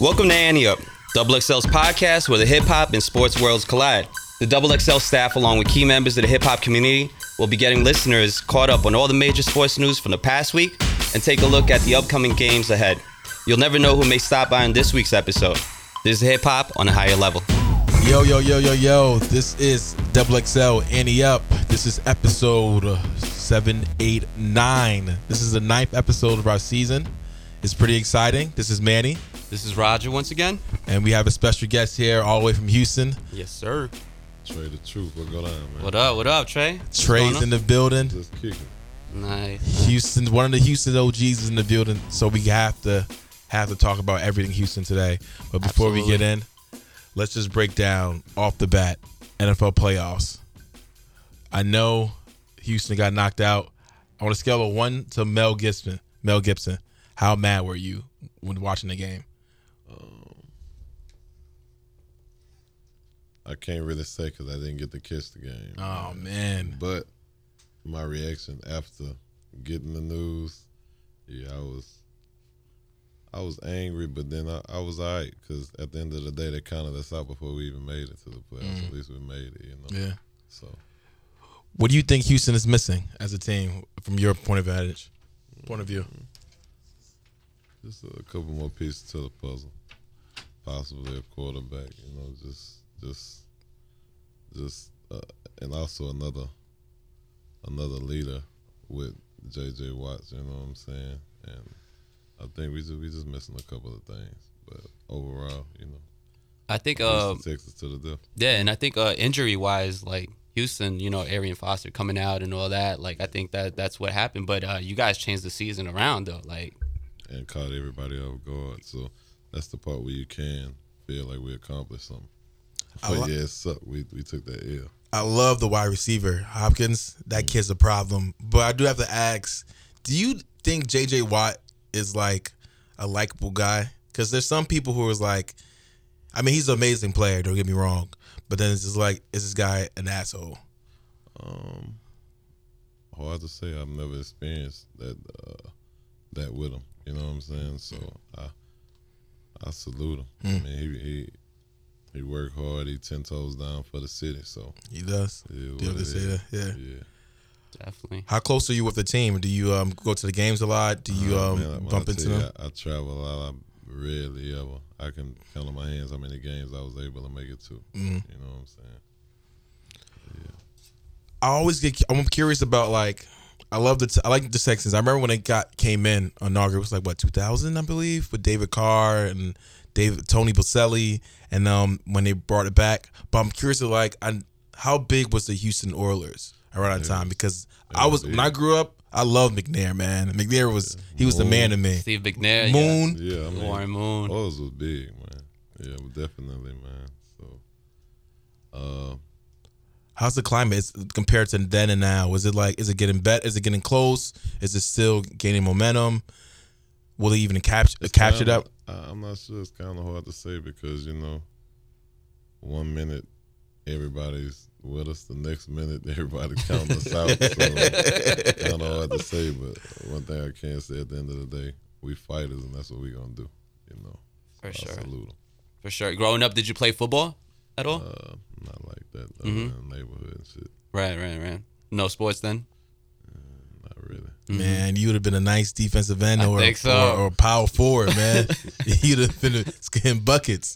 Welcome to Annie Up, Double XL's podcast where the hip hop and sports worlds collide. The Double XL staff, along with key members of the hip hop community, will be getting listeners caught up on all the major sports news from the past week and take a look at the upcoming games ahead. You'll never know who may stop by in this week's episode. This is hip hop on a higher level. Yo, yo, yo, yo, yo. This is Double XL Annie Up. This is episode uh, 789. This is the ninth episode of our season. It's pretty exciting. This is Manny, This is Roger once again. and we have a special guest here all the way from Houston. Yes, sir. Trade the truth. What go down, man? What up? What up, Trey? What's Trey's going in the building. Just kicking. on? Nice. Houston, one of the Houston OGs is in the building, so we have to have to talk about everything Houston today. But before we Absolutely. get in, let's just break down off the bat NFL playoffs. I know Houston got knocked out. On a scale of one to Mel Gibson, Mel Gibson, how mad were you when watching the game? I can't really say because I didn't get to catch the game. Oh man, But my reaction after getting the news, yeah, I was, I was angry, but then I, I was alright because at the end of the day, they counted us out before we even made it to the playoffs. At least we made it, you know. yeah. So What do you think Houston is missing as a team from your point of vantage, point of view? just a couple more pieces to the puzzle. Possibly a quarterback, you know, just just just uh, and also another another leader with JJ Watts, you know what I'm saying? And I think we just we just missing a couple of things. But overall, you know, I think Houston uh, takes us to the death. Yeah, and I think uh, injury wise, like Houston, you know, Arian Foster coming out and all that, like I think that that's what happened. But uh, you guys changed the season around though, like and caught everybody off guard. So that's the part where you can feel like we accomplished something. I But li- yeah, it sucked. We we took that L. I love the wide receiver Hopkins. That kid's a problem. But I do have to ask: Do you think J.J. Watt is like a likable guy? Because there's some people who is like, I mean, he's an amazing player. Don't get me wrong, but then it's just like, is this guy an asshole? Um, hard to say. I've never experienced that uh, that with him. You know what I'm saying? So I I salute him. Hmm. I mean, he he he worked hard. He ten toes down for the city. So He does. yeah, Do you what have to it say is. that? Yeah. Yeah. definitely. How close are you with the team? Do you um, go to the games a lot? Do you Oh, um, man, when I bump tell into you, them? I, I travel a lot. I rarely ever. I can count on my hands how many games I was able to make it to. Mm-hmm. You know what I'm saying? I always get. I'm curious about like. I love the. T- I like the Texans. I remember when it got came in on Auger. It was like what 2000, I believe, with David Carr and David Tony Baselli, and um when they brought it back. But I'm curious to like, I, how big was the Houston Oilers around that time? Because I was when I grew up, I loved McNair, man. McNair was he was the man to me. Steve McNair, Moon, Yeah, I yeah. mean, Warren Moon. Oz was big, man. Yeah, definitely, man. So, uh, how's the climate it's, compared to then and now? Is it like is it getting bet? Is it getting close? Is it still gaining momentum? Will they even catch catch it kinda- up? I, I'm not sure. It's kind of hard to say because you know, one minute everybody's with us, the next minute everybody's counting us out. So kind of hard to say, but one thing I can say at the end of the day, we fighters, and that's what we gonna do. You know, For I sure. salute 'em. For sure. Growing up, did you play football at all? Uh, not like that though, man, neighborhood and shit. right, right, right. No sports then? Not really. Man, you would have been a nice defensive end or, Mm-hmm. think so. or, or power forward, man. You'd have been in buckets.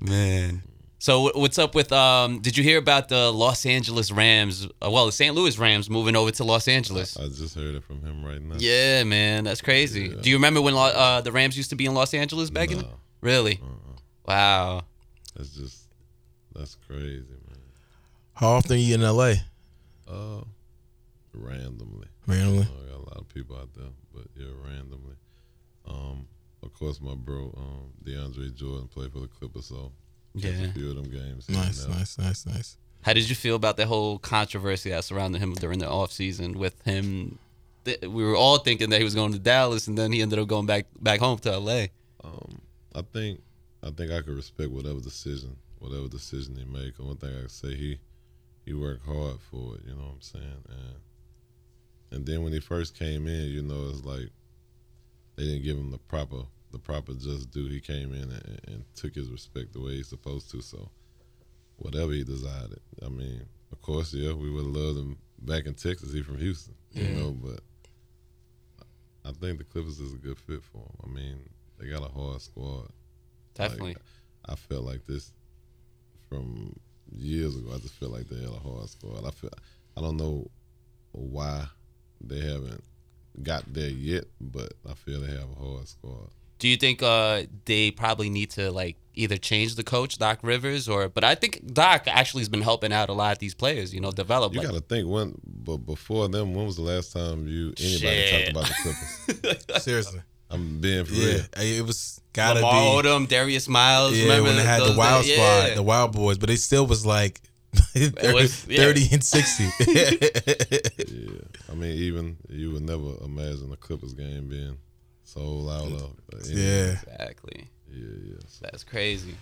Man. So wh- what's up with um did you hear about the Los Angeles Rams uh, well the St. Louis Rams moving over to Los Angeles? I just heard it from him right now. yeah, man, that's crazy. Do you remember when Lo- uh, the Rams used to be in Los Angeles back in? No. Really? Wow. uh-uh. That's just that's crazy, man. How often are you in LA? Uh, randomly. Randomly. I got a lot of people out there, but yeah, randomly. Um, of course, my bro um, DeAndre Jordan played for the Clippers, so catch Yeah. a few of them games. here and Nice, there. nice, nice, nice. How did you feel about the whole controversy that surrounded him during the offseason with him? th- We were all thinking that he was going to Dallas, and then he ended up going back back home to LA. Um, I think I think I could respect whatever decision, whatever decision he make. One thing I can say, he he worked hard for it. You know what I'm saying? And and then when he first came in, you know, it's like they didn't give him the proper the proper just due. He came in and, and took his respect the way he's supposed to. So whatever he decided, I mean, of course, yeah, we would have loved him back in Texas. He from Houston, you know, but I think the Clippers is a good fit for him. I mean, they got a hard squad. Definitely. I felt like this from years ago. I just feel like they had a hard squad. I feel I don't know why they haven't got there yet, but I feel they have a hard squad. Do you think uh, they probably need to like either change the coach, Doc Rivers, or? But I think Doc actually has been helping out a lot of these players. You know, develop. You like, got to think when, but before them, when was the last time you anybody Shit. talked about the Clippers? Seriously. I'm being for Yeah. real. Hey, It was gotta Lamar be. Odom, Darius Miles. Yeah, remember when they had the those- wild yeah. squad, the wild boys, but it still was like was- yeah. 30 and 60. Yeah, I mean, even you would never imagine a Clippers game being so loud. Up, yeah. exactly. yeah, yeah. So, That's crazy.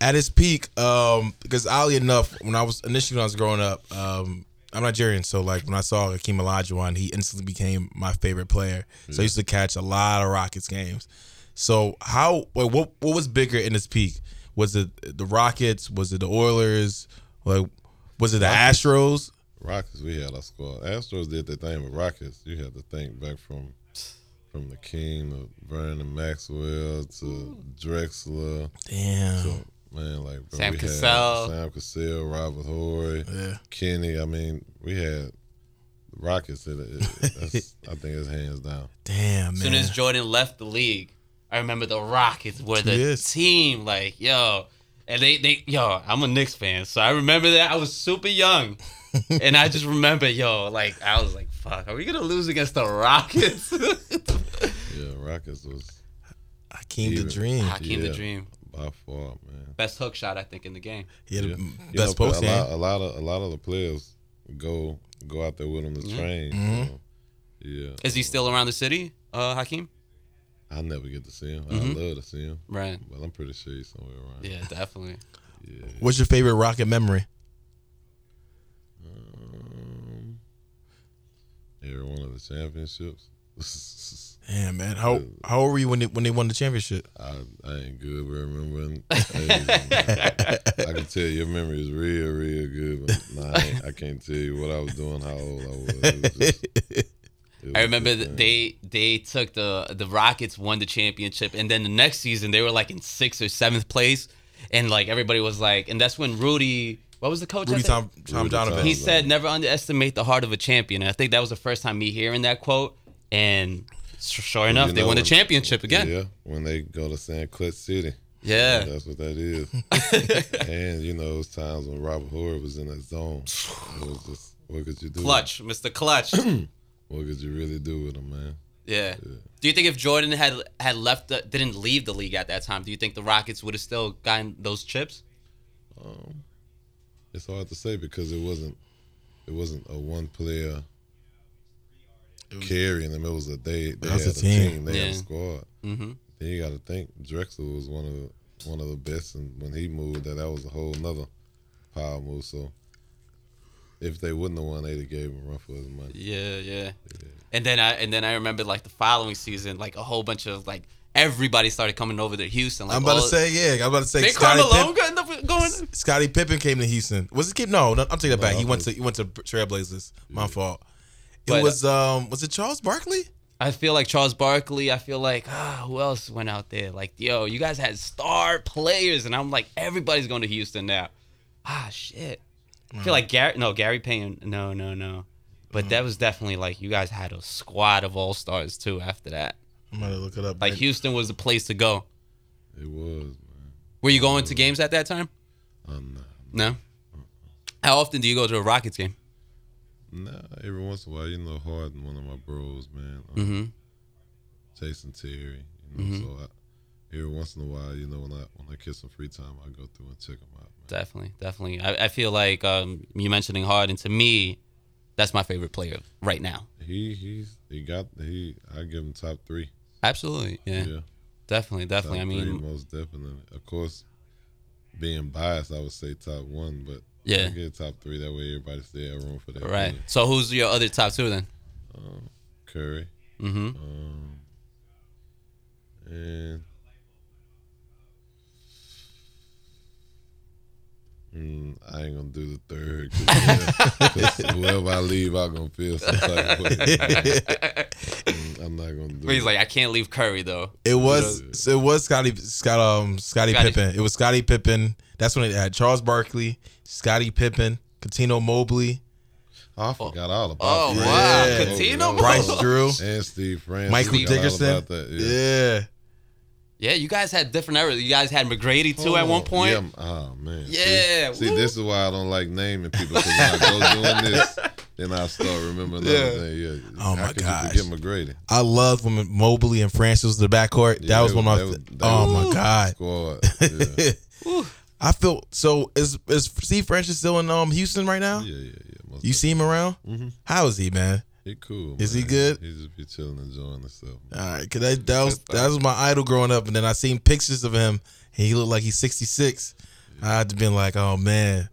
at its peak, um, because oddly enough, when I was initially when I was growing up, um, I'm Nigerian, so like when I saw Akeem Olajuwon, he instantly became my favorite player. So I used to catch a lot of Rockets games. So how like, what what was bigger in its peak? Was it the Rockets? Was it the Oilers? Like was it the Astros? Rockets, we had our squad. Astros did their thing, but Rockets, you have to think back from from the King to Vernon Maxwell to Drexler. Damn. Man, like bro, Sam we Cassell. had Sam Cassell, Robert Horry, Yeah. Kenny. I mean, we had Rockets. It, it, that's, I think it's hands down. Damn As man. soon as Jordan left the league, I remember the Rockets were the Yes. team. Like, yo, and they, they, yo, I'm a Knicks fan, so I remember that. I was super young, and I just remember, yo, like I was like, fuck, are we gonna lose against the Rockets? Yeah, Rockets was Akeem the Yeah. Dream. Hakeem the Yeah. Dream, by far, man. best hook shot I think in the game. He had Yeah. the You best know, post a lot, game. a lot of a lot of the players go go out there with him to Mm-hmm. train. so, yeah, Is he still around the city, uh, Hakeem? I never get to see him. Mm-hmm. I love to see him, Right. but I'm pretty sure he's somewhere around. Yeah, definitely. yeah. What's your favorite Rocket memory? Um, every one of the championships. Damn man. How how old were you when they when they won the championship? I, I ain't good with remembering. I can tell your memory is real, real good. But nah, I, ain't- I can't tell you what I was doing, how old I was. It was just- it I was remember th- just, they they took the the Rockets won the championship, and then the next season they were like in sixth or seventh place, and like everybody was like, and that's when Rudy, what was the coach? I Rudy said? Tom, Tom Rudy Donovan. Tom. He said, "Never underestimate the heart of a champion." And I think that was the first time me hearing that quote, and s- sure enough, you they know, won the when- championship again. Yeah, when they go to San Clutch City. Yeah, That's what that is. and you know, those times when Robert Horry was in that zone. It was just, what could you do? clutch, Mr. Clutch. What could you really do with him, man? yeah. Do you think if Jordan had had left, the, didn't leave the league at that time, do you think the Rockets would have still gotten those chips? It's hard to say because it wasn't it wasn't a one player carrying them. It was a they they was had a a team. team, they had Yeah. a squad. Mhm. Then you got to think Drexel was one of the, one of the best, and when he moved, that that was a whole nother power move. So if they wouldn't have won, they'd have gave him a run for his money. Yeah, yeah. And then I and then I remember like the following season, like a whole bunch of like everybody started coming over to Houston. Like, I'm about all- to say, yeah. I'm about to say, Did Scotty, Carl Malone Pip- got enough going. Scottie Pippen came to Houston. Was it keep? No, no, I'm taking that back. He I went to he went to Trailblazers. My fault. It But- was um was it Charles Barkley? I feel like Charles Barkley. I feel like ah, who else went out there? Like yo, you guys had star players, and I'm like everybody's going to Houston now. Ah, shit. I Mm. feel like Gary. No, Gary Payton. No, no, no. But that was definitely like you guys had a squad of all stars too. After that, I'm gonna look it up. like man. Houston was the place to go. It was man. Were you going to Mm. games at that time? I'm not. No. How often do you go to a Rockets game? Nah, every once in a while, you know, Harden, one of my bros, man. Um, Mm-hmm. Jason Terry, you know. So I, every once in a while, you know, when I when I get some free time, I go through and check them out. Man. Definitely, definitely. I, I feel like um, you mentioning Harden to me, that's my favorite player right now. He he's he got he. I give him top three. Absolutely, yeah, Yeah, definitely, top definitely. I three, mean, most definitely. Of course, being biased, I would say top one, but Yeah. I get top three. That way, everybody stay at room for that. right. So who's your other top two then? Curry. Mm-hmm. Um, Uh, mm, gonna do the third. 'cause, yeah, 'cause wherever I leave, I'm gonna feel some type of way. Mm, I'm not gonna do. But he's it. like, I can't leave Curry though. It was it was Scotty Scott um Scotty Scotty. Pippen. It was Scotty Pippen. That's when it had Charles Barkley, Scotty Pippen, Catino Mobley, I forgot all about. Oh, that. wow. Yeah. Continue. Bryce Drew, and Steve Francis. Michael I forgot all Dickerson. about that, Yeah. Oh. yeah. Yeah, you guys had different eras. You guys had McGrady too at one point. Yeah, oh man. See- Yeah, See, woo. this is why I don't like naming people. 'cause when I go doing this, then I start remembering another Yeah. thing. Yeah. Oh, my How could gosh. You forget McGrady. I loved when Mobley and Francis was in the backcourt. Yeah, that was they one of my. were- f- they oh were- my god. Squad. Yeah. yeah, I feel so. Is is Steve Francis still in um Houston right now? yeah, Mm-hmm. yeah. Most You see him around? How is he, man? He cool. Is man. he good? He just be chilling, enjoying himself. All right, cause that, that was that was my idol growing up, and then I seen pictures of him, and he looked like he's sixty six. I'd been like, oh man,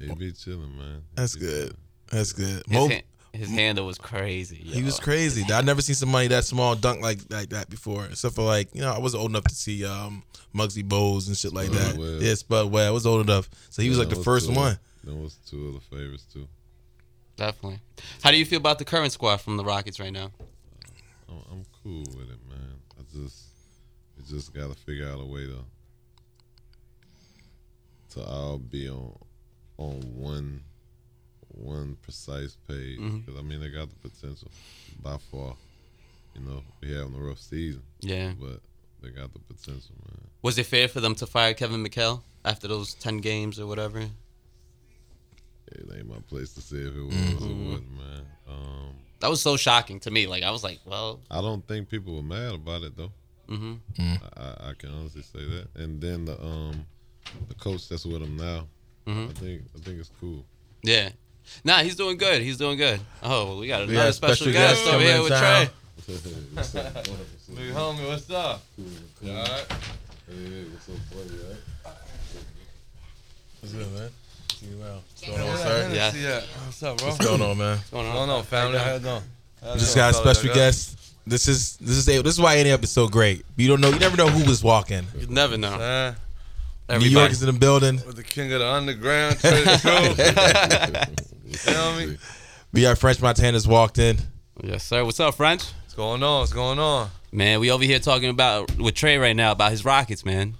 He be chilling, man. He that's be good, that's good. His, Mo, han- his handle was crazy. he yo. was crazy. I never seen somebody that small dunk like like that before, except for like you know I was old enough to see um Muggsy Bowles and shit like Spud that. Webb. Yeah, Spud Webb. I was old enough, so he was Yeah, like the those first two- one. Those two of the favorites too. definitely. How do you feel about the current squad from the Rockets right now? I'm, I'm cool with it, man. I just, we just gotta figure out a way to, to all be on, on one, one precise page. Mm-hmm. Because I mean, they got the potential, by far. You know, we having a rough season, Yeah. but they got the potential, man. Was it fair for them to fire Kevin McHale after those ten games or whatever? It ain't my place to say if it was or wasn't, man. Um, That was so shocking to me. Like I was like, well, I don't think people were mad about it though. hmm I- I, I can honestly say that. And then the um the coach that's with him now, I think I think it's cool. yeah. Nah, he's doing good. He's doing good. Oh, we got another got a special, special guest, guest over coming here in with town. Trey. What's up, brother? What's up? Big homie, what's up? Cool. All right. Hey, what's up, buddy? all right? What's good, man? What's going on, sir? Yeah. What's up, bro? What's going on, man? What's going No, on? no, family. How you doing? How you Just doing, got a fellas? special Y'all good? guest. This is this is this is why any up is so great. You don't know, you never know who was walking. You never know. Man, New York Everybody. is in the building. with the king of the underground, Trey the Feel me? We got French Montana's walked in. Yes, sir. What's up, French? What's going on? What's going on? Man, we over here talking about with Trey right now about his Rockets, man.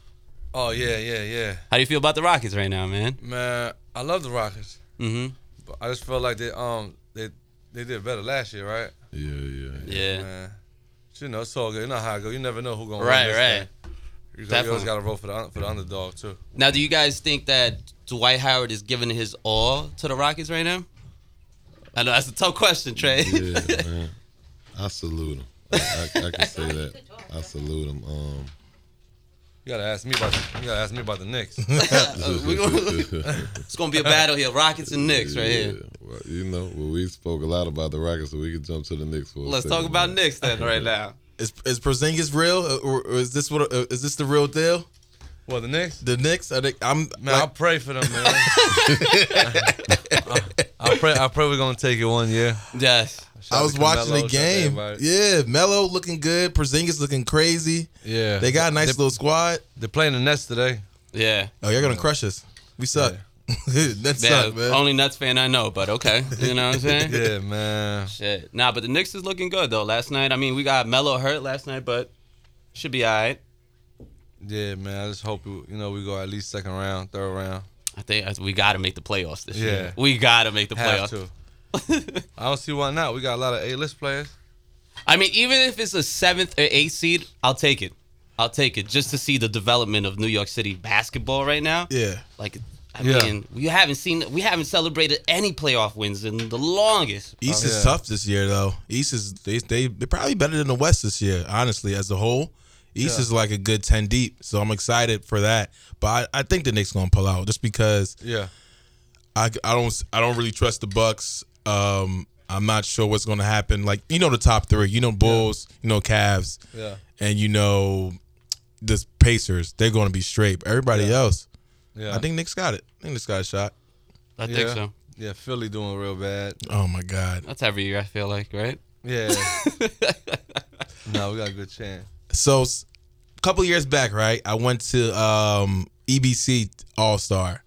Oh yeah, yeah, yeah. How do you feel about the Rockets right now, man? Man, I love the Rockets, Mm-hmm. but I just feel like they um they they did better last year, right? Yeah, yeah, yeah. Yeah. Man, But you know it's all good. You know how it go. You never know who gonna Right, win this right. thing. You, go- you Definitely. always gotta roll for the un- for the underdog too. Now, do you guys think that Dwight Howard is giving his all to the Rockets right now? I know that's a tough question, Trey. Yeah, man. I salute him. I, I, I can say that. I salute him. Um, You gotta ask me about the, you gotta ask me about the Knicks. we gonna- it's gonna be a battle here, Rockets and Knicks right Yeah, here. Well, you know, well, we spoke a lot about the Rockets, so we could jump to the Knicks for. a Let's second, talk about man. Knicks then, right now. Is is Porzingis real? Or, or is this what? uh, Is this the real deal? well, the Knicks. The Knicks? Are they, I'm Man, I like, pray for them, man. I, I pray. I pray we're gonna take it one year. Yes. I Shout out was to watching Carmelo, the shout out to game. everybody. Yeah, Melo looking good. Porzingis looking crazy. yeah. They got a nice They, little squad. they're playing the Nets today. Yeah. Oh, you're gonna crush us. We suck. that Yeah, suck, man. only Nuts fan I know, but okay. You know what I'm saying? Yeah, man. Shit. Nah, but the Knicks is looking good though. Last night, I mean, we got Melo hurt last night, but should be all right. Yeah, man. I just hope we, you know we go at least second round, third round. I think I- we got to make the playoffs this Yeah. year. We got to make the Have playoffs. to. I don't see why not. We got a lot of A-list players. I mean, even if it's a seventh or eighth seed, I'll take it. I'll take it just to see the development of New York City basketball right now. Yeah. Like, I Yeah. mean, we haven't seen, we haven't celebrated any playoff wins in the longest. East Oh, is yeah. tough this year though. East is they they they're probably better than the West this year, honestly, as a whole. East Yeah. is like a good ten deep, so I'm excited for that. But I, I think the Knicks gonna pull out just because Yeah. I, I don't I don't really trust the Bucks. Um, I'm not sure what's gonna happen. Like you know the top three, you know Bulls, you know Cavs, Yeah. and you know the Pacers. They're gonna be straight. But everybody else, Yeah. I think Knicks got it. I think Knicks got a shot. I yeah. think so. Yeah, Philly doing real bad. Oh my God. That's every year, I feel like, right? Yeah. no, we got a good chance. So, s- E a couple years back, right, I went to um, EBC All Star,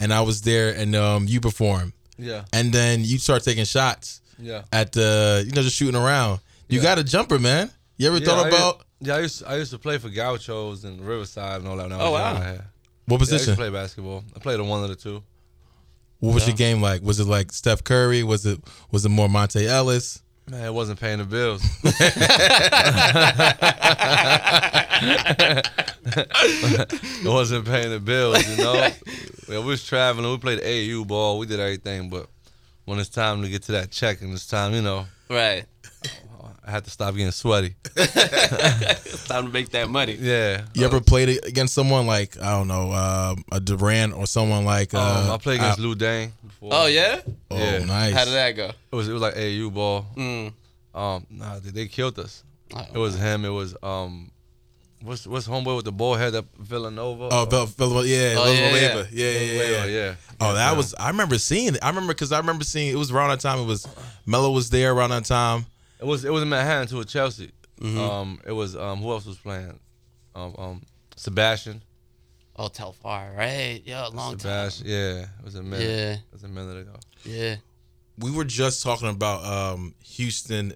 and I was there, and um, you perform, Yeah. and then you start taking shots Yeah. at the, you know, just shooting around. You got a jumper, man. You ever yeah, thought I about Used, yeah, I used I used to play for Gauchos and Riverside and all that. When I was Oh, young, wow. I had- what Yeah, I used position? to play basketball. I played on one of the two. what was your game like? Was it like Steph Curry? Was it was it more Monte Ellis? Man, it wasn't paying the bills. it wasn't paying the bills, you know. yeah, we was traveling. We played AAU ball. We did everything, but when it's time to get to that check and it's time, you know, Right. I had to stop getting sweaty. It's time to make that money. Yeah. You ever played it against someone like I don't know uh, a Durant or someone like? Uh, Um, I played against I- Lou Dang. Before. Oh yeah. oh, yeah. nice. How did that go? It was it was like AAU ball. Mm. Um, nah, they, they killed us. Oh, It was him. It was um, what's what's homeboy with the ball head up Villanova? Oh, Bel- Bel- yeah, Oh, yeah, Villanueva. yeah, yeah, yeah, yeah. Villanova, yeah. Oh, that was. I remember seeing it. I remember because I remember seeing it was around that time. It was Mello was there around that time. It was it was in Manhattan too with Chelsea. Mm-hmm. Um, it was um, who else was playing? Um, um Sebastian. oh Telfar, right? Yeah, a long time. Sebastian. Yeah, it was a minute. Yeah, It was a minute ago. yeah. We were just talking about um, Houston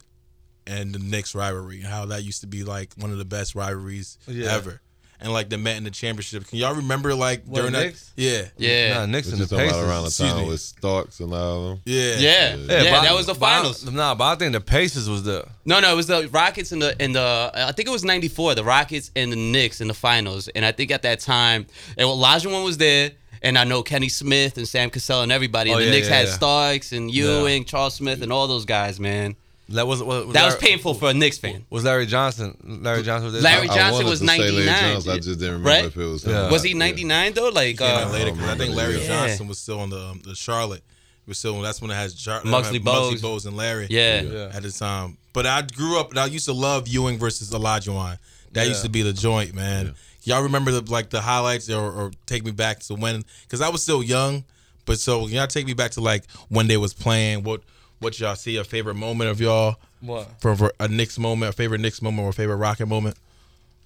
and the Knicks rivalry, how that used to be like one of the best rivalries Yeah. ever, and like the Met in the championship. Can y'all remember like What, during that? Knicks? Yeah, Yeah. Nah, Knicks What and you the talking Pacers. about around the Excuse time me. with Starks and all of them? yeah, Yeah, yeah, but I- that was the but I- finals. nah, but I think the Pacers was the No, no, it was the Rockets and the and the I think it was '94. The Rockets and the Knicks in the finals, and I think at that time, and Elijah one was there, and I know Kenny Smith and Sam Cassell and everybody. And Oh, the yeah, Knicks yeah, had yeah. Starks and Ewing, Charles Smith, and all those guys. Man, that was was, that was Larry- painful for a Knicks fan. Was Larry Johnson? Larry Johnson was there? Larry I Johnson wanted was to say Larry 99, Johnson, I just didn't remember right? if it was. Yeah. Was he Uh, Yeah. '99 though? Like, Came out uh, later 'cause I think Larry Yeah. Johnson was still on the um, the Charlotte. It Was still that's when it has uh, Jar- Muggsy Bogues. Bogues and Larry. yeah, Yeah. at the time. But I grew up and I used to love Ewing versus Olajuwon. That Yeah. used to be the joint, man. Y'all remember the like the highlights or, or take me back to when? Because I was still young, but so y'all take me back to like when they was playing. What what y'all see? A favorite moment of y'all What? for, for a Knicks moment, a favorite Knicks moment or favorite Rocket moment?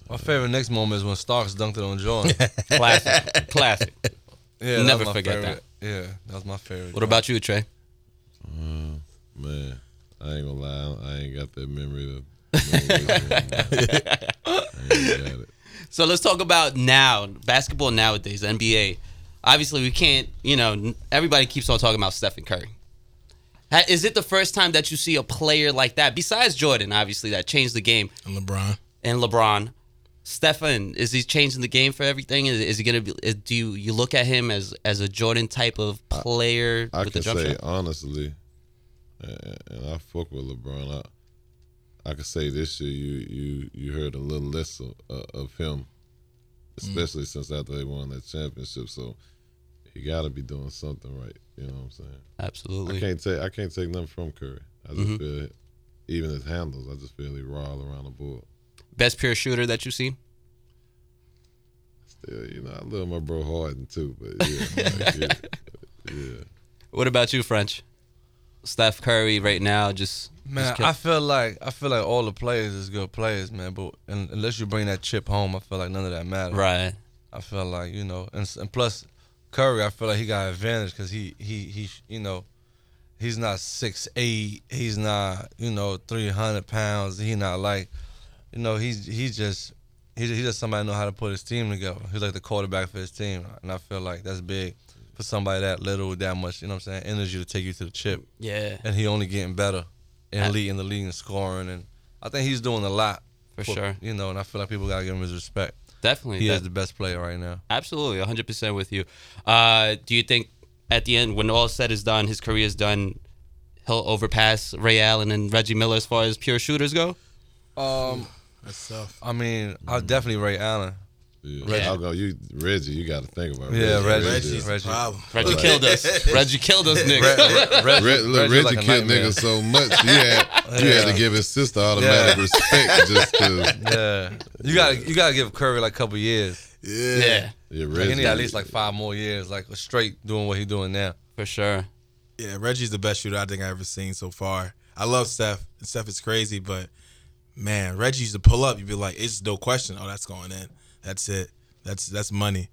My favorite Knicks moment is when Starks dunked it on Jordan. classic, classic. Yeah, that Never was my forget favorite. Yeah, that was my favorite. What about you, Trey? Man, I ain't gonna lie, I ain't got that memory of. I ain't got it. So let's talk about now basketball nowadays, the NBA. Obviously, we can't. You know, n- everybody keeps on talking about Stephen Curry. Ha- Is it the first time that you see a player like that, besides Jordan, obviously that changed the game, And LeBron. and LeBron? Stephen, is he changing the game for everything? Is, is he gonna be? Is, do you, you look at him as as a Jordan type of player I with the can jump say shot? honestly, and, and I fuck with LeBron. I, I can say this year you you you heard a little less of, uh, of Mm. him, especially since after they won that championship. So you got to be doing something right. You know what I'm saying? uh, I Absolutely. can't take I can't take nothing from Curry. I Mm-hmm. just feel even his handles. I just feel he raw all around the board. Best pure shooter that you see? Still, you know, I love my bro Harden too, but yeah, like, yeah, yeah. What about you, French? Steph Curry right now, just Man, just I feel like I feel like all the players is good players, man. But un- unless you bring that chip home, I feel like none of that matters. right. I feel like you know, and, s- and plus Curry, I feel like he got an advantage because he he he sh- you know, he's not six eight, he's not you know three hundred pounds, he not like, you know, he's he's just he just, he just somebody know how to put his team together. He's like the quarterback for his team, and I feel like that's big for somebody that little with that much, you know what I'm saying, energy to take you to the chip Yeah. and he only getting better I- and leading the league in scoring and I think he's doing a lot For sure. You know, and I feel like people gotta give him his respect. Definitely. He that- is the best player right now. Absolutely, 100% with you. Uh, do you think at the end, when all said is done, his career is done, he'll overpass Ray Allen and Reggie Miller as far as pure shooters go? Um, That's tough. I mean, I'll definitely rate Allen. yeah. Reggie. I'll go. You Reggie, you got to think about Yeah, Reggie. Reggie. Reggie's Reggie. problem. Reggie killed us. Reggie killed us, Nick. Reggie, Re- look, Reggie, Reggie's like a killed nightmare. niggas so much. You had, you had Yeah. to give his sister automatic Yeah. respect just because. Yeah, you gotta you gotta give Curry like a couple years. Yeah. yeah, Yeah, Like, he Reggie. need at least like five more years, like straight doing what he's doing now. for sure. Yeah, Reggie's the best shooter I think I've ever seen so far. I love Steph. And Steph is crazy, but man, Reggie used to pull up. You'd be like, it's no question. Oh, that's going in. That's it. That's that's money.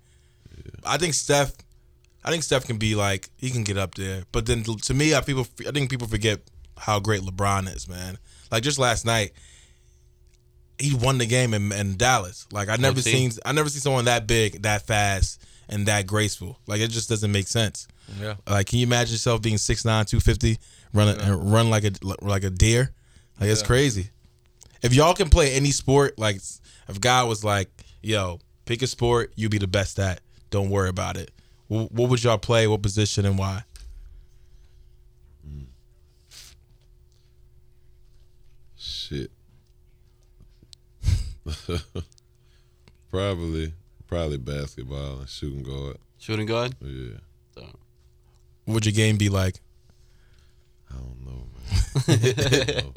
I think Steph, I think Steph can be like he can get up there, but then to me, I people I think people forget how great LeBron is, man. Like just last night, he won the game in, in Dallas. Like I never see. seen I never seen someone that big, that fast, and that graceful. Like it just doesn't make sense. Yeah. Like, can you imagine yourself being 6'9", 250, running and run like a like a deer? Like it's crazy. If y'all can play any sport, like if God was like, "Yo, pick a sport, you be the best at. Don't worry about it." Wh- What would y'all play? What position and why? Shit. probably, probably basketball and shooting guard. Shooting guard. Yeah, What would your game be like? I don't know, man. I don't know.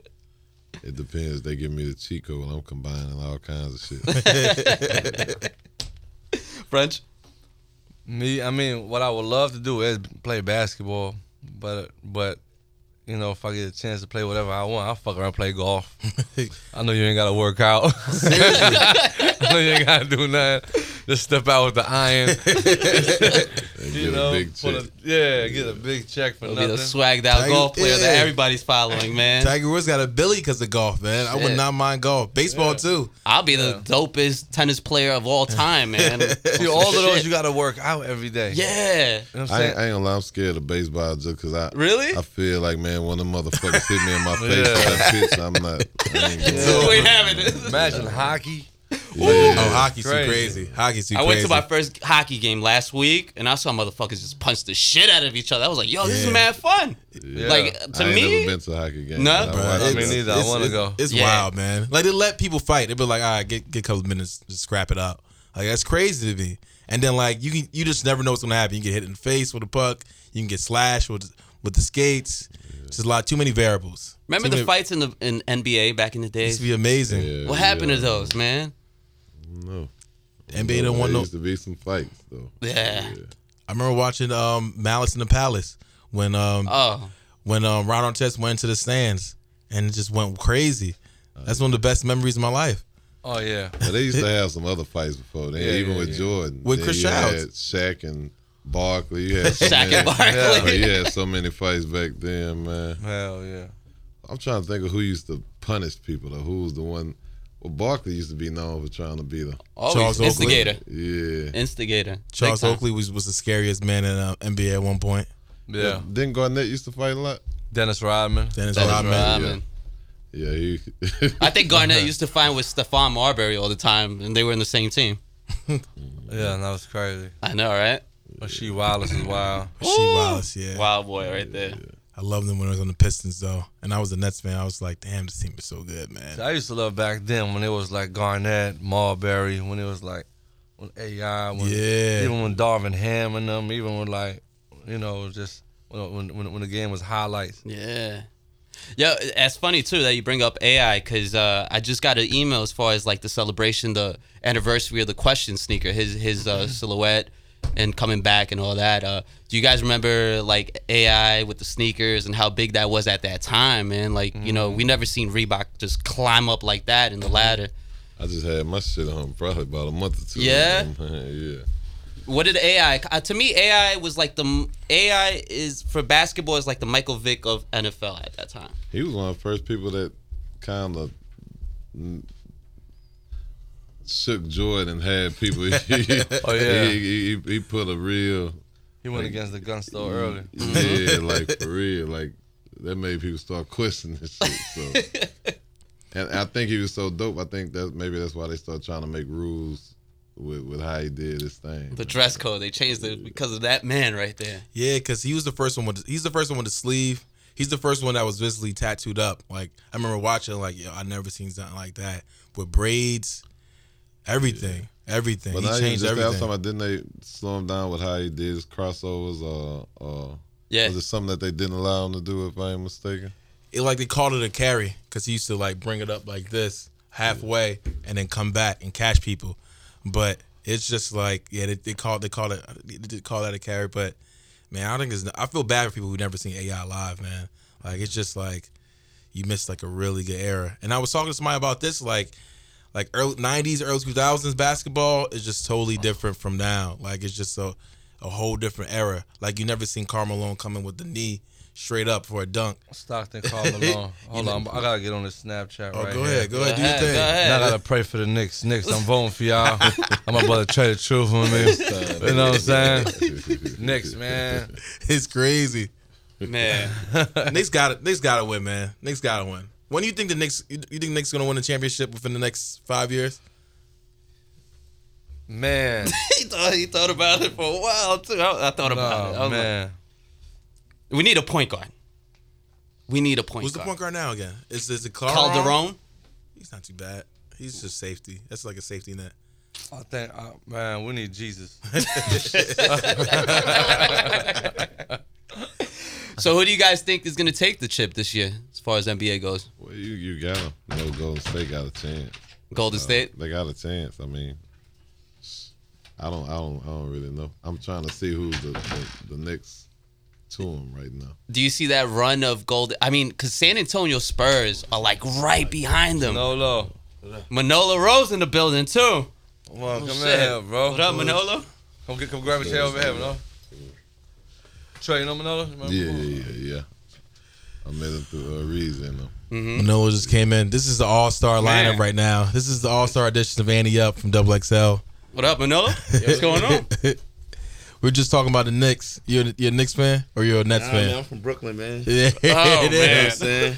It depends. They give me the cheat code, and I'm combining all kinds of shit. French. Me, I mean, what I would love to do is play basketball, but but you know, if I get a chance to play whatever I want, I'll fuck around and play golf. I know you ain't gotta work out. I know you ain't gotta do nothing. Just step out with the iron. And You get know, a big for the- cheat. yeah, get a big check for It'll be nothing. the swagged out Tiger- golf player that yeah. everybody's following, man. Tiger Woods got a Billy because of golf, man. I would Shit. not mind golf, baseball too. I'll be the dopest tennis player of all time, man. See, all of those you gotta work out every day. Yeah. You I, know what I'm ain't- saying? I ain't gonna lie, I'm scared of baseball just because I Really? I feel like man, one of them motherfuckers hit me in my face Yeah. with that pitch. I'm not. I ain't gonna- So we have it. Imagine hockey. Yeah. Oh, hockey's Crazy. too crazy. Hockey's too I crazy. went to my first hockey game last week, and I saw motherfuckers just punch the shit out of each other. I was like, "Yo, this Yeah. is mad fun." Yeah. uh, Like I Oh, to ain't me, never been to a hockey game. No? I Bruh, watched it's- Me it. neither. I it's- wanna it's- go. It's Yeah. wild, man. Like they let people fight. They be like, all right, get get a couple minutes, just scrap it out. Like that's crazy to me. And then like you can you just never know what's gonna happen. You can get hit in the face with a puck. You can get slashed with with the skates. Just a lot too many variables. remember Too the many- fights in the in NBA back in the It used to day? be amazing. Yeah, What happened yeah. to those, man? No. The NBA don't want There no. used to be some fights though. Yeah. I remember watching um Malice in the Palace when um Oh, when um Ron Artest went to the stands and it just went crazy. That's Uh, one of the best memories of my life. Oh yeah. But they used to have some other fights before. They Yeah, even yeah, with yeah. Jordan. With Then Chris you had Childs. Shaq and Barkley. You had so Shaq many, and Barkley. Yeah, you had so many fights back then, man. Hell yeah. I'm trying to think of who used to punish people. Or who was the one? Well, Barkley used to be known for trying to be the always Charles Oakley. instigator, yeah. instigator. Big Charles time. Oakley was, was the scariest man in uh, NBA at one point. Yeah. Didn't Garnett used to fight a lot? Dennis Rodman. Dennis Dennis Rodman. Rodman. Yeah, he. I think Garnett used to find with Stephon Marbury all the time, and they were in the same team. Yeah, and that was crazy. I know, right? But she Wallace is wild. Rasheed Wallace, yeah. Wild boy, right there. I loved him when I was on the Pistons though, and I was a Nets fan. I was like, damn, this team is so good, man. I used to love back then when it was like Garnett, Marbury, when it was like when AI, when Yeah. even when Darvin Ham and them, even when like you know just when when when, when the game was highlights. Yeah. Yeah, that's funny too that you bring up AI because uh, I just got an email as far as like the celebration, the anniversary of the question sneaker, his his uh, silhouette and coming back and all that. Uh, do you guys remember like AI with the sneakers and how big that was at that time, man? Like you know we never seen Reebok just climb up like that in the ladder. I just had my shit on probably about a month or two. Yeah? ago, man. yeah. What did AI? Uh, to me, AI was like the AI is for basketball is like the Michael Vick of NFL at that time. He was one of the first people that kind of shook Jordan and had people. Oh, yeah. he, he, he- he put a real He went against the gun store early. yeah, like for real, like that made people start questioning this shit. So, and I think he was so dope. I think that maybe that's why they started trying to make rules with with how he did his thing. The dress code they changed it because of that man right there. Yeah, because he was the first one with he's the first one with the sleeve. He's the first one that was visibly tattooed up. Like I remember watching, like yo, I never seen something like that with braids, everything, everything. but he now you changed just I was everything. talking about didn't they slow him down with how he did his crossovers or or Yeah. was it something that they didn't allow him to do if I ain't mistaken? It like they called it a carry because he used to like bring it up like this halfway and then come back and catch people. But it's just like yeah, they, they called they called it they did call that a carry. But man, I think it's I feel bad for people who never seen AI live, man. Like it's just like you missed like a really good era. And I was talking to somebody about this like like early 90s early 2000s basketball is just totally different from now like it's just so a whole different era. Like you never seen Carmelo coming with the knee straight up for a dunk. Stockton call Malone. Hold on, I gotta get on this Snapchat Oh, right go here. ahead, go ahead, do your ahead, go thing. ahead. Now I gotta pray for the Knicks. Knicks, I'm voting for y'all. I'm about to try the truth for me. You know what I'm saying? Knicks, man. It's crazy. Man, Knicks got it. Knicks got to win, man. Knicks got to win. When do you think the Knicks? You you think Knicks gonna win the championship within the next five years? Man. he thought he thought about it for a while too. I, I thought about it. I Oh, was like, man. we need a point guard. We need a point Who's the guard. point guard now again? Is is it Calderon? Calderon. He's not too bad. He's just safety. That's like a safety net. I think, uh, man, we need Jesus. So who do you guys think is going to take the chip this year, as far as NBA goes? Well, you you got them. You know, Golden State got a chance. Golden State. They got a chance. I mean, I don't, I don't, I don't really know. I'm trying to see who's the the, the next to them right now. Do you see that run of Golden? I mean, because San Antonio Spurs are like right behind them. No, no. Manola Rose in the building too. Come on, come shit. in here, bro. What up, Manola? Come, get, come grab a chair over here, Manolo. Trey, you know Manolo? You remember Yeah, Manolo? yeah, yeah, yeah. I met him through a reason. Though. Manola Mm-hmm. just came in. This is the All Star Man. lineup right now. This is the All Star edition of Andy Up from Double XL. What up, Manola? What's going on? We're just talking about the Knicks. You're you're a Knicks fan or you're a Nets Nah, man, fan? I'm from Brooklyn, man. You Yeah, Oh, it know man. what I'm is. saying?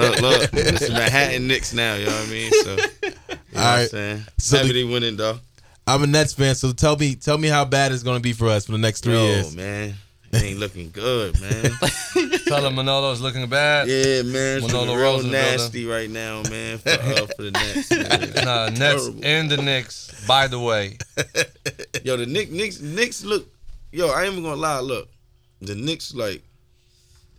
look, look, it's Manhattan Knicks now. You know what I mean? So, you know what I'm Alright, saying? so Happy the- they winning though. I'm a Nets fan, so tell me tell me how bad it's gonna be for us for the next three Yo, years. Oh, man, it ain't looking good, man. Tell him Manolo's looking bad. yeah, man, it's Manolo looking Rose real in the nasty right now, man. For, uh, for the Nets, man. Nah, uh, Nets Terrible. and the Knicks, by the way. Yo, the Knicks, Knicks, Knicks look. Yo, I ain't even gonna lie. Look, the Knicks like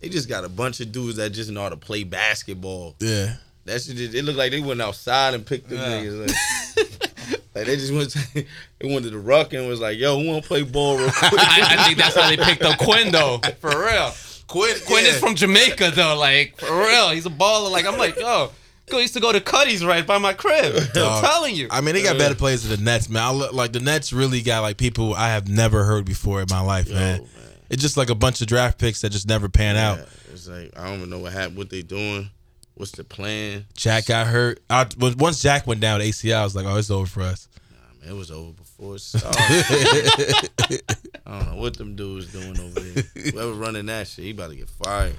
they just got a bunch of dudes that just know how to play basketball. Yeah. That shit, just, it looked like they went outside and picked them Yeah. niggas. Like, like, they just went, to, they went to the ruck and was like, "Yo, who want to play ball real quick?" I, I think that's why they picked up Quinn though. For real. Quinn, Quinn is yeah. from Jamaica though. Like for real, he's a baller. Like I'm like yo. Go used to go to Cuddy's right by my crib. I'm Dog. telling you. I mean, they got better players than the Nets, man. I look, like the Nets really got like people I have never heard before in my life, man. man. It's just like a bunch of draft picks that just never pan out. It's like I don't even know what happened, what they doing, what's the plan. Jack got hurt. I, when- once Jack went down to ACL, I was like, oh, it's over for us. Nah, man, it was over before it started. I don't know what them dudes doing over there. Whoever running that shit, he about to get fired.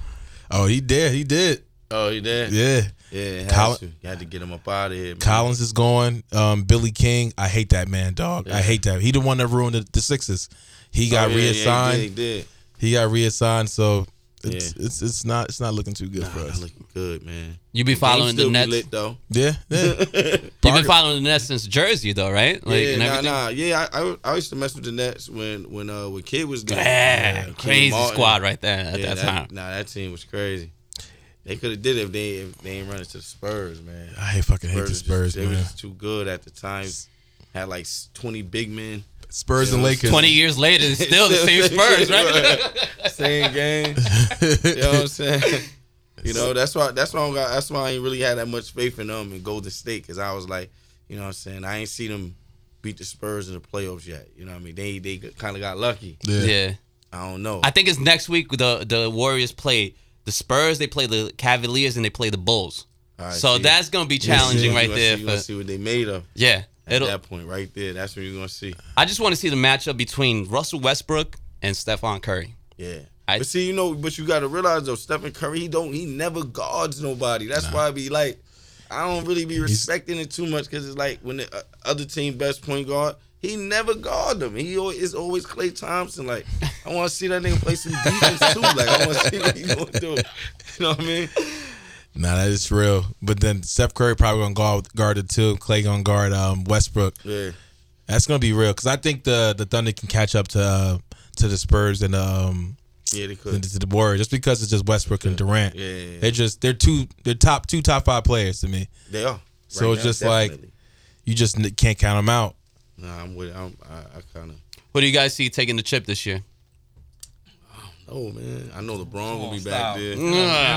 Oh, he did. He did. Oh, he there? Yeah. yeah. it Colin- Has to. You had to get him up out of here. Man. Collins is gone. Um, Billy King. I hate that man, dog. I hate that. He the one that ruined the, the Sixers. He Oh, got yeah, yeah, he reassigned. did, he did. he got reassigned. So it's, Yeah. it's it's not it's not looking too good for Nah, us. looking good, man. you be following Game the still Nets. be lit, though. yeah. Yeah. You've been following the Nets since Jersey though, right? Like yeah, and everything. nah, nah, yeah. I, I, I used to mess with the Nets when when uh when Kid was there. Yeah, Kenny Ah, crazy Martin. squad right there at Yeah, that time. Nah, that team was crazy. They could have did it if they if they ain't running to the Spurs, man. I hate fucking hate the was Spurs, just, They was man. just too good at the time. Had like s- twenty big men. Spurs and Lakers. 20 years later, it's still the same Spurs, right? same game. You know what I'm saying? You know that's why that's why I don't got, that's why I ain't really had that much faith in them in Golden State because I was like, you know what I'm saying I ain't seen them beat the Spurs in the playoffs yet. You know what I mean? They they kind of got lucky. Yeah. Yeah. I don't know. I think it's next week the the Warriors play the Spurs, they play the Cavaliers, and they play the Bulls. All right, so see. that's going to be challenging You're right gonna there. See, you're gonna for- see what they made of yeah. at It'll, that point right there. That's what you're gonna see. I just want to see the matchup between Russell Westbrook and Stephon Curry. Yeah. I- but see, you know, but you gotta realize though, Stephen Curry, he don't, he never guards nobody. That's why I be like, I don't really be respecting it too much because it's like when the uh, other team best point guard, he never guard them. He al- it's always Clay Thompson. Like I want to see that nigga play some defense too. Like I want to see what he gonna do. You know what I mean? Nah, that is real. But then Steph Curry probably gonna guard, guard it too. Clay gonna guard um, Westbrook. Yeah. That's gonna be real because I think the the Thunder can catch up to uh, to the Spurs and um Yeah, they and could. to the Warriors just because it's just Westbrook and Durant. Yeah, yeah, yeah. They're just they're two they're top two top five players to me. They are. So Right it's now, just like- definitely. You just n- can't count them out. Nah, I'm with. it. I'm, I, I kind of. Who do you guys see taking the chip this year? Oh man, I know LeBron will on, be stop. back there. Mm-hmm.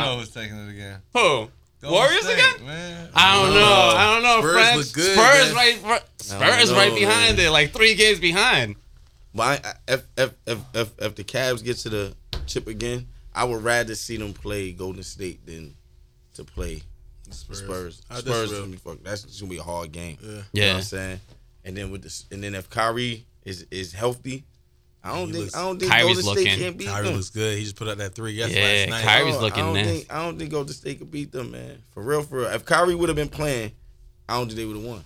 You know who's taking it again. Who? Golden Warriors State, again? Man. I don't know. I don't know, Spurs Frank. look good, Spurs man. right, fr- Spurs know, right behind man. it, like three games behind. But I, I- if, if if if if the Cavs get to the chip again, I would rather see them play Golden State than to play Spurs. Spurs, I- that's Spurs is real. gonna be fuck. That's just gonna be a hard game. Yeah. You know Yeah. what I'm saying? And then with this, and then if Kyrie is is healthy, I don't He think looks- I don't think Kyrie's Golden looking. State can't beat Kyrie them. Oh, looks good. He just put up that three yes, Yeah, last night. Kyrie- I don't- Kyrie's looking I don't nasty. think I don't think Golden State could beat them, man. For real, for real. If Kyrie would have been playing, I don't think they would have won.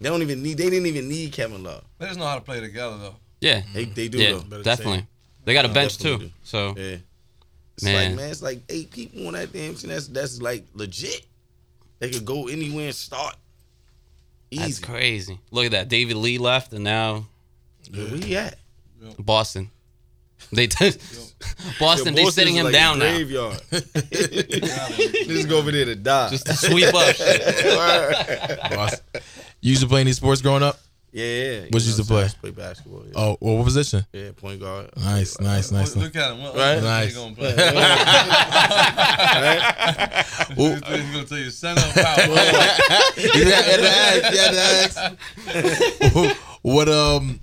They don't even need. They didn't even need Kevin Love. They just know how to play together though. Yeah, They they do yeah, though. Better definitely. They got a bench Definitely too, do. so Yeah. It's Man. like man, it's like eight people on that damn team. That's that's like legit. They could go anywhere and start. that's Easy. crazy. Look at that. David Lee left, and now Where we at? Boston. They Boston. They Boston's sitting him like down a now graveyard. Just go over there to die. just to sweep up. shit. Boss. You used to play any sports growing up? yeah, What yeah. you know used to what I'm play? saying? I used to play basketball. Yeah, Oh, well, what position? yeah point guard. Nice, nice, nice. nice. Look, look at him. What Right? right? Nice. gonna play? He's Ooh. gonna tell you center or power. You had to ask, you had to ask. what um,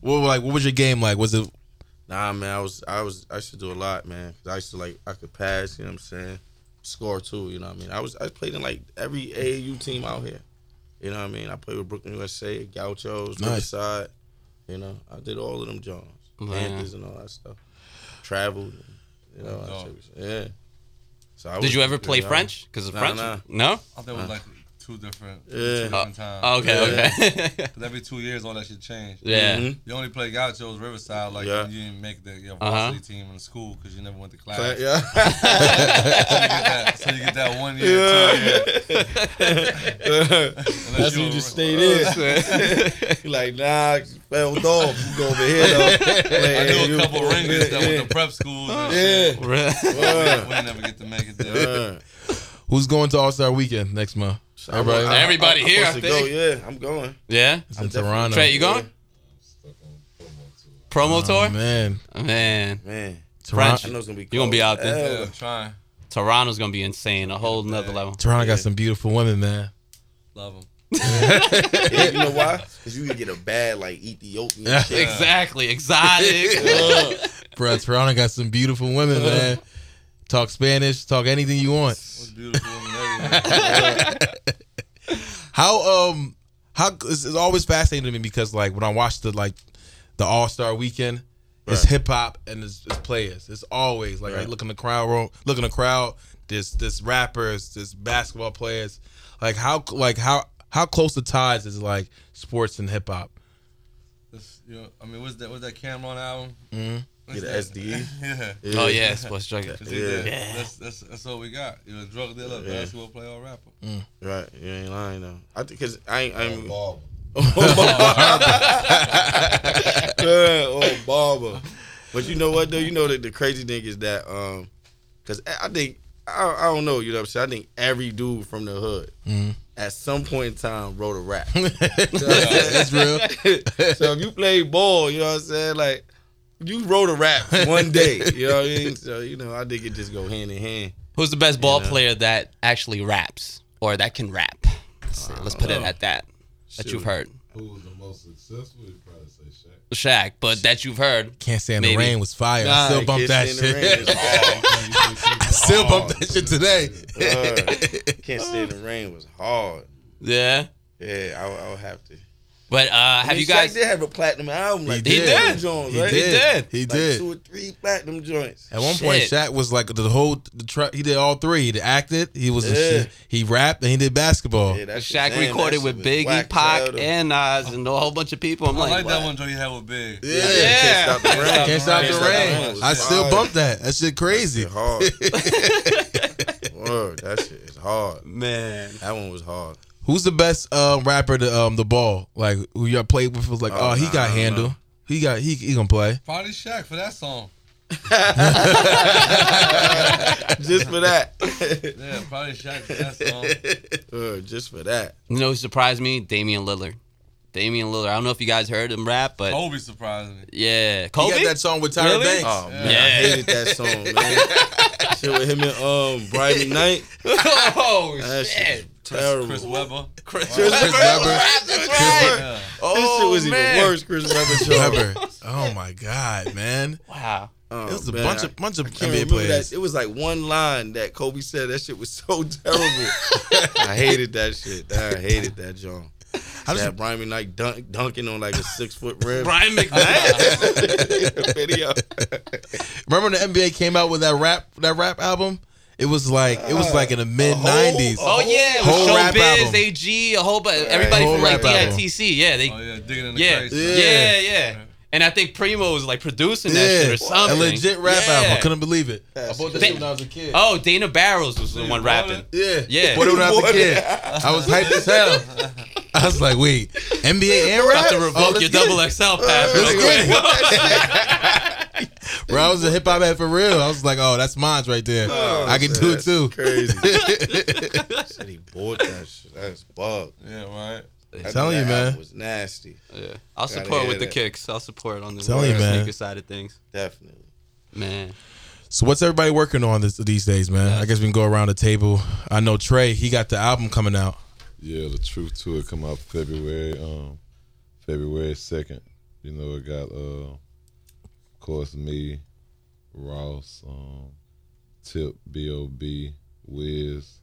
what like what was your game like? Was it Nah, man, I was I was I used to do a lot, man. 'Cause I used to like I could pass, you know what I'm saying? Score too, you know what I mean? I was I played in like every AAU team out here. You know what I mean? I played with Brooklyn USA, Gauchos, Nice. Riverside. You know, I did all of them Jones. Panthers and all that stuff. Traveled. You know, I Dog. was- yeah. So I Did was- you ever play know, French? Because of Nah, French? nah. No. I think it was like two different, Yeah. two different times. Oh, Uh, okay. Okay. 'Cause every two years, all that shit changed. yeah. Mhm. You only play Gauchos Riverside like Yeah. you didn't make the your Uh-huh. varsity team in school because you never went to class. Fran- Yeah. So, you get that, so you get that one year. That's That's when you just stayed in. you like, nah, I fell off. You go over here I though. knew Man, a couple you- ringers that went to prep schools. And shit. Yeah. Really? Yeah. We didn't ever get to make it there. Yeah. who's going to All Star Weekend next month? Everybody, I- Everybody I'm here, I supposed to think. Go. Yeah, I'm going. yeah. It's I'm in definitely- Toronto. Trey, you going? Promo Oh, tour? Man. man, Man, I Toronto, know it's gonna be. Cold. You gonna be out there. Hell, Yeah, trying. Toronto's gonna be insane. A whole nother level. Toronto got some beautiful women, man. Love them. yeah, you know why? Because you could get a bad like Ethiopian Yeah. shit. Exactly. Exotic. Bro, Toronto got some beautiful women, man. Talk Spanish, talk anything you want. What's beautiful and everything. How um how it's, it's always fascinating to me because like when I watch the like the All Star Weekend, it's Right. hip hop and it's, it's players. It's always like I Right. look in the crowd, room, look in the crowd. There's this rappers, there's basketball players. Like how like how how close the ties is like sports and hip hop. That's- you know, I mean, what's that? What's that Cameron album? Get What's a that? SDE. yeah. oh yeah, sports drug. That's, Yeah. it. that's, that's, that's all we got. You're a drug dealer, Yeah. basketball player, or rapper. Right, you ain't lying though. I think because I ain't. I'm, Barber. yeah, oh barber. But you know what though? You know that the crazy thing is that um, because I I think I, I don't know. You know what I'm saying? I think every dude from the hood Mm-hmm. at some point in time wrote a rap. That's real. so if you play ball, you know what I'm saying? Like you wrote a rap one day. You know what I mean? So you know, I think it just go hand in hand. Who's the best ball player that actually raps or that can rap? Let's, let's put it at that. That you've Shoot. heard. Who was the most successful? You probably say Shaq. Shaq, but that you've heard. Can't stand Maybe. the rain was fire. I still bump Kiss that in the Rain shit. was hard. I still bump that Oh, shit today. Uh, Can't stay in the rain was hard. Yeah. Yeah, I, would- I would have to. But uh have I mean, you guys Shaq did have a platinum album like He two did. platinum joints, He right? did. did. He Like did. two or three platinum joints. At one point, Shit. Shaq was like the whole the tra- he did all three. He acted, he was the Yeah. shit. he rapped, and he did basketball. Yeah, that shit- Shaq damn, that recorded shit with was Biggie, whack, Pac, child. and Nas, and a whole bunch of people. I'm I like, like what? that one joint he had with Big. Yeah, Can't stop the rain. Can't stop the rain. Rain. I still Fire. bump that. That shit crazy. Shit hard. Word, that shit is hard. man. That one was hard. Who's the best um, rapper to um, the ball? Like who y'all played with was like, oh, Oh, he nah, got I don't handle. know. He got he he gonna play. Probably Shaq for that song. Just for that. Yeah, probably Shaq for that song. Word, just for that. You know who surprised me? Damian Lillard. Damian Lillard. I don't know if you guys heard him rap, but Kobe surprised me. yeah, Oh. He Kobe. got that song with Tyra Really? Banks. Oh man, Yeah. I hated that song, man. shit with him and um Brian Knight. oh That shit was shit! terrible. Chris Weber. Chris, Chris Weber. Webber. That's right. Yeah. This shit was man. even worse, Chris Webber show. Whoever. Oh my god, man! Wow. Oh, It was a man, bunch I- of bunch of I can't NBA remember players. that. It was like one line that Kobe said. That shit was so terrible. I hated that shit. I hated that John. How does that Brian McKnight dunk, dunking on like a six foot rim. Brian McKnight. video. Remember when the NBA came out with that rap that rap album? It was like it Uh, was like in the mid nineties. Oh yeah, it was Whole rap album. Showbiz, AG, a whole bunch, everybody Whole from like rap album. DITC. Yeah, they, Oh yeah, digging in the yeah, crates. yeah, Yeah. yeah, And I think Primo was like producing that shit or something. a legit rap Yeah. album. I couldn't believe it. That's I bought that crazy. shit when I was a kid. Oh, Dana Barrows was the one rapping. Yeah, Yeah. Bought it when I was Bought a it. kid. I was hyped as hell. I was like, wait, NBA and rap. Oh, About to revoke your double XL pass. Let's real get quick. Bro, I was a hip hop head for real. I was like, oh, that's mine right there. Oh, I can do it That's too. Crazy. Said he bought that shit. That's bug. Yeah, right. I'm telling you, man. Was nasty. Yeah. I'll Gotta support hear with the that. kicks. I'll support on the Telling you, wear man. sneaker side of things. Definitely. Man. So what's everybody working on this, these days, man? I guess we can go around the table. I know Trey, he got the album coming out. Yeah, the truth to it come out February, um, February second. You know, it got uh, of course me, Ross, um, Tip, B O B, Wiz,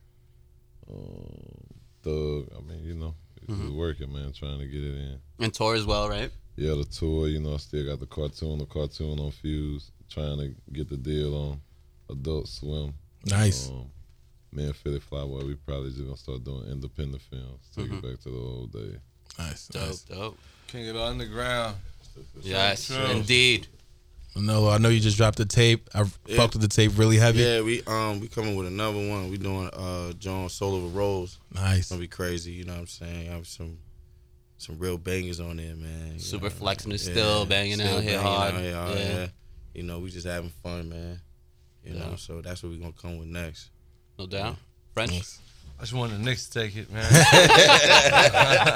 um, Thug. I mean, you know, it's working, man. Trying to get it in. And tour as well, right? Yeah, the tour. You know, I still got the cartoon, the cartoon on Fuse. Trying to get the deal on Adult Swim. Nice. Um, me and Philly Flyboy, we probably just gonna start doing independent films. Take Mm-hmm. it back to the old day. Nice. Oh, Dope, nice. dope. King of the underground. Yes, True. indeed. No, I know you just dropped the tape. I fucked with the tape really heavy. Yeah, we um we coming with another one. We doing uh John Soul of a Rose. It's Nice. Um, gonna be crazy, you know what I'm saying? I have some some real bangers on there, man. you Super know? flexing is still banging still out here banging hard. out here hard, Yeah. yeah. You know, we just having fun, man. You know, so that's what we gonna come with next. No doubt. French. I just want the Knicks to take it, man. That's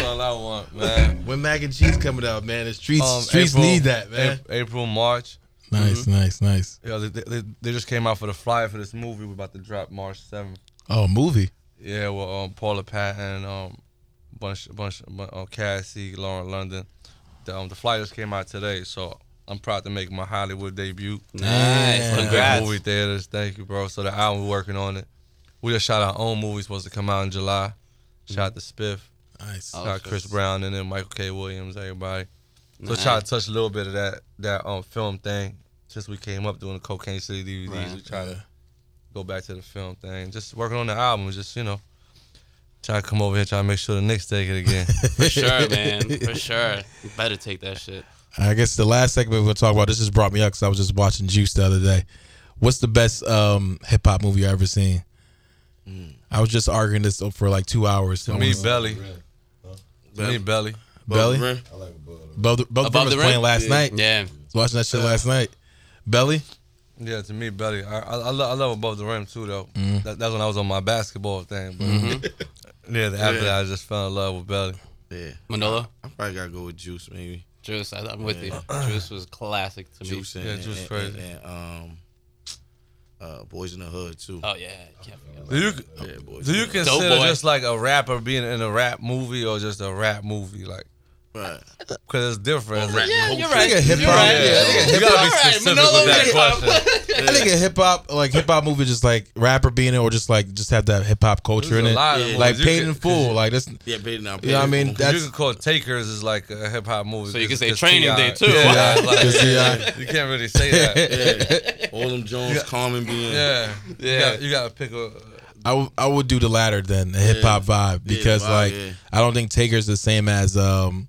all I want, man. When Mac and Cheese coming out, man, the streets Um, streets April- need that, man. Ap- April, March. Nice, Mm-hmm. nice, nice. Yeah, they, they, they just came out for the flyer for this movie we're about to drop March 7th. Oh, movie. Yeah, well, um, Paula Patton, um, bunch, bunch, bunch uh, Cassie, Lauren London. The, um, the flyer just came out today, so I'm proud to make my Hollywood debut. Nice. Yeah. Big Congrats. movie theaters. Thank you, bro. So the album we're working on it. We just shot our own movie supposed to come out in July. Shot the Spiff. Nice. Mm-hmm. Oh, Shot Chris shit. Brown and then Michael K. Williams. Everybody. So Nice. try to touch a little bit of that that um film thing. Since we came up doing the Cocaine City DVDs, Right. we try to go back to the film thing. Just working on the album. Just you know, try to come over here, try to make sure the Knicks take it again. For sure, man. For sure. You better take that shit. I guess the last segment we're gonna talk about. This just brought me up because I was just watching Juice the other day. What's the best um, hip hop movie I ever seen? I was just arguing this for like two hours. to I me, was- Belly. To me, Belly. Belly, Rim. I like a bud. above the, above the Above Rim the was playing Rim? last night. Yeah. Was watching that shit last night. Belly, Yeah, to me, Belly. I I, I, lo- I love above the rim too, though. Mm-hmm. That, that's when I was on my basketball thing. But yeah, the- after that, I just fell in love with Belly. Yeah. Manolo? I probably gotta go with juice maybe. Juice, I, I'm with you. Juice was classic to Juice and, Yeah, Juice and, crazy. and, and, um uh Boys in the Hood too. me. Oh, yeah. Can't forget. Do you yeah, boys. do in you the consider Dope boy. just like a rapper being in a rap movie or just a rap movie, like? Hood. Right. Cause it's different. It's like- Yeah, you're right. Nigga, hip You're hop. right. Yeah, nigga, You You gotta got be specific Manolo, with that hip hop. question. I think a hip hop like hip hop movie just like rapper being in it or just like just have that hip hop culture There's in a it. lot of Like movies. You paid could- in full. Like this. Yeah, baby now. Yeah, I mean, baby. that- you That's- can call Takers is like a hip hop movie. So you can 'cause- say 'cause Training T.I. Day, too. Yeah, Yeah. like, Cause T.I. you can't really say that. yeah. all them Jones, Carmen being Yeah, Yeah. You, gotta, you gotta pick a. I w- I would do the latter then the hip hop vibe because vibe, like yeah. I don't think Taker's the same as um,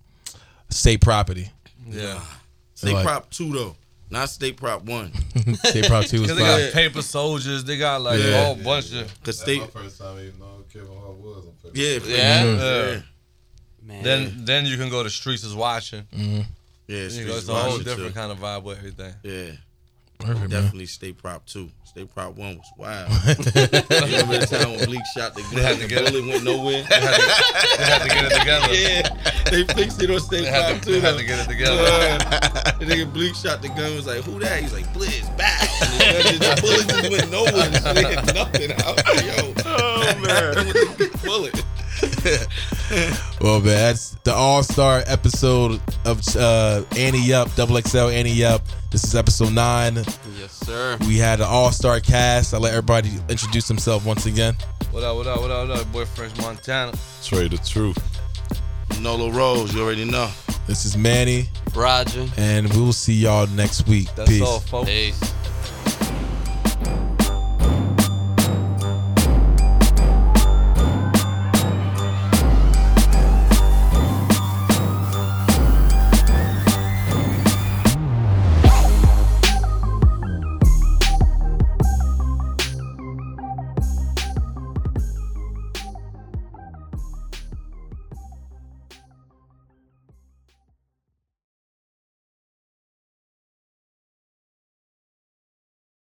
State Property. Yeah, State Like- Prop Two though, not State Prop One. State Property was because they fire. got paper soldiers. They got like a Yeah. whole bunch of. That's Cause State, my first time even knowing Kevin Hart was on February. yeah, Yeah. yeah, Yeah. yeah. Man. Then then you can go to Streets is watching. You know, it's Streets is a whole wild, different too. kind of vibe with everything. Yeah, Perfect, man. definitely State Prop Two. State Prop One was wild. You remember the time when Bleak shot the gun, the get- bullet went nowhere. They have to get it together. yeah, they fixed it on State They Prop have to, Two. they have though. to get it together. Uh, the nigga Bleak shot the gun. Was like, who that? He's like, Blizz, back. And the, gun just- the bullet just went nowhere. They hit nothing out. Yo, oh man, with the bullet. Well, man, that's the All Star episode of uh, Annie Up, Double XL Annie Up. This is episode nine. Yes, sir. We had an All Star cast. I let everybody introduce themselves once again. What up, what up, what up, what up, boy Fresh Montana. Trade the truth. Nola Rose, you already know. This is Manny, Roger. and we will see y'all next week. That's Peace. all, folks. Peace.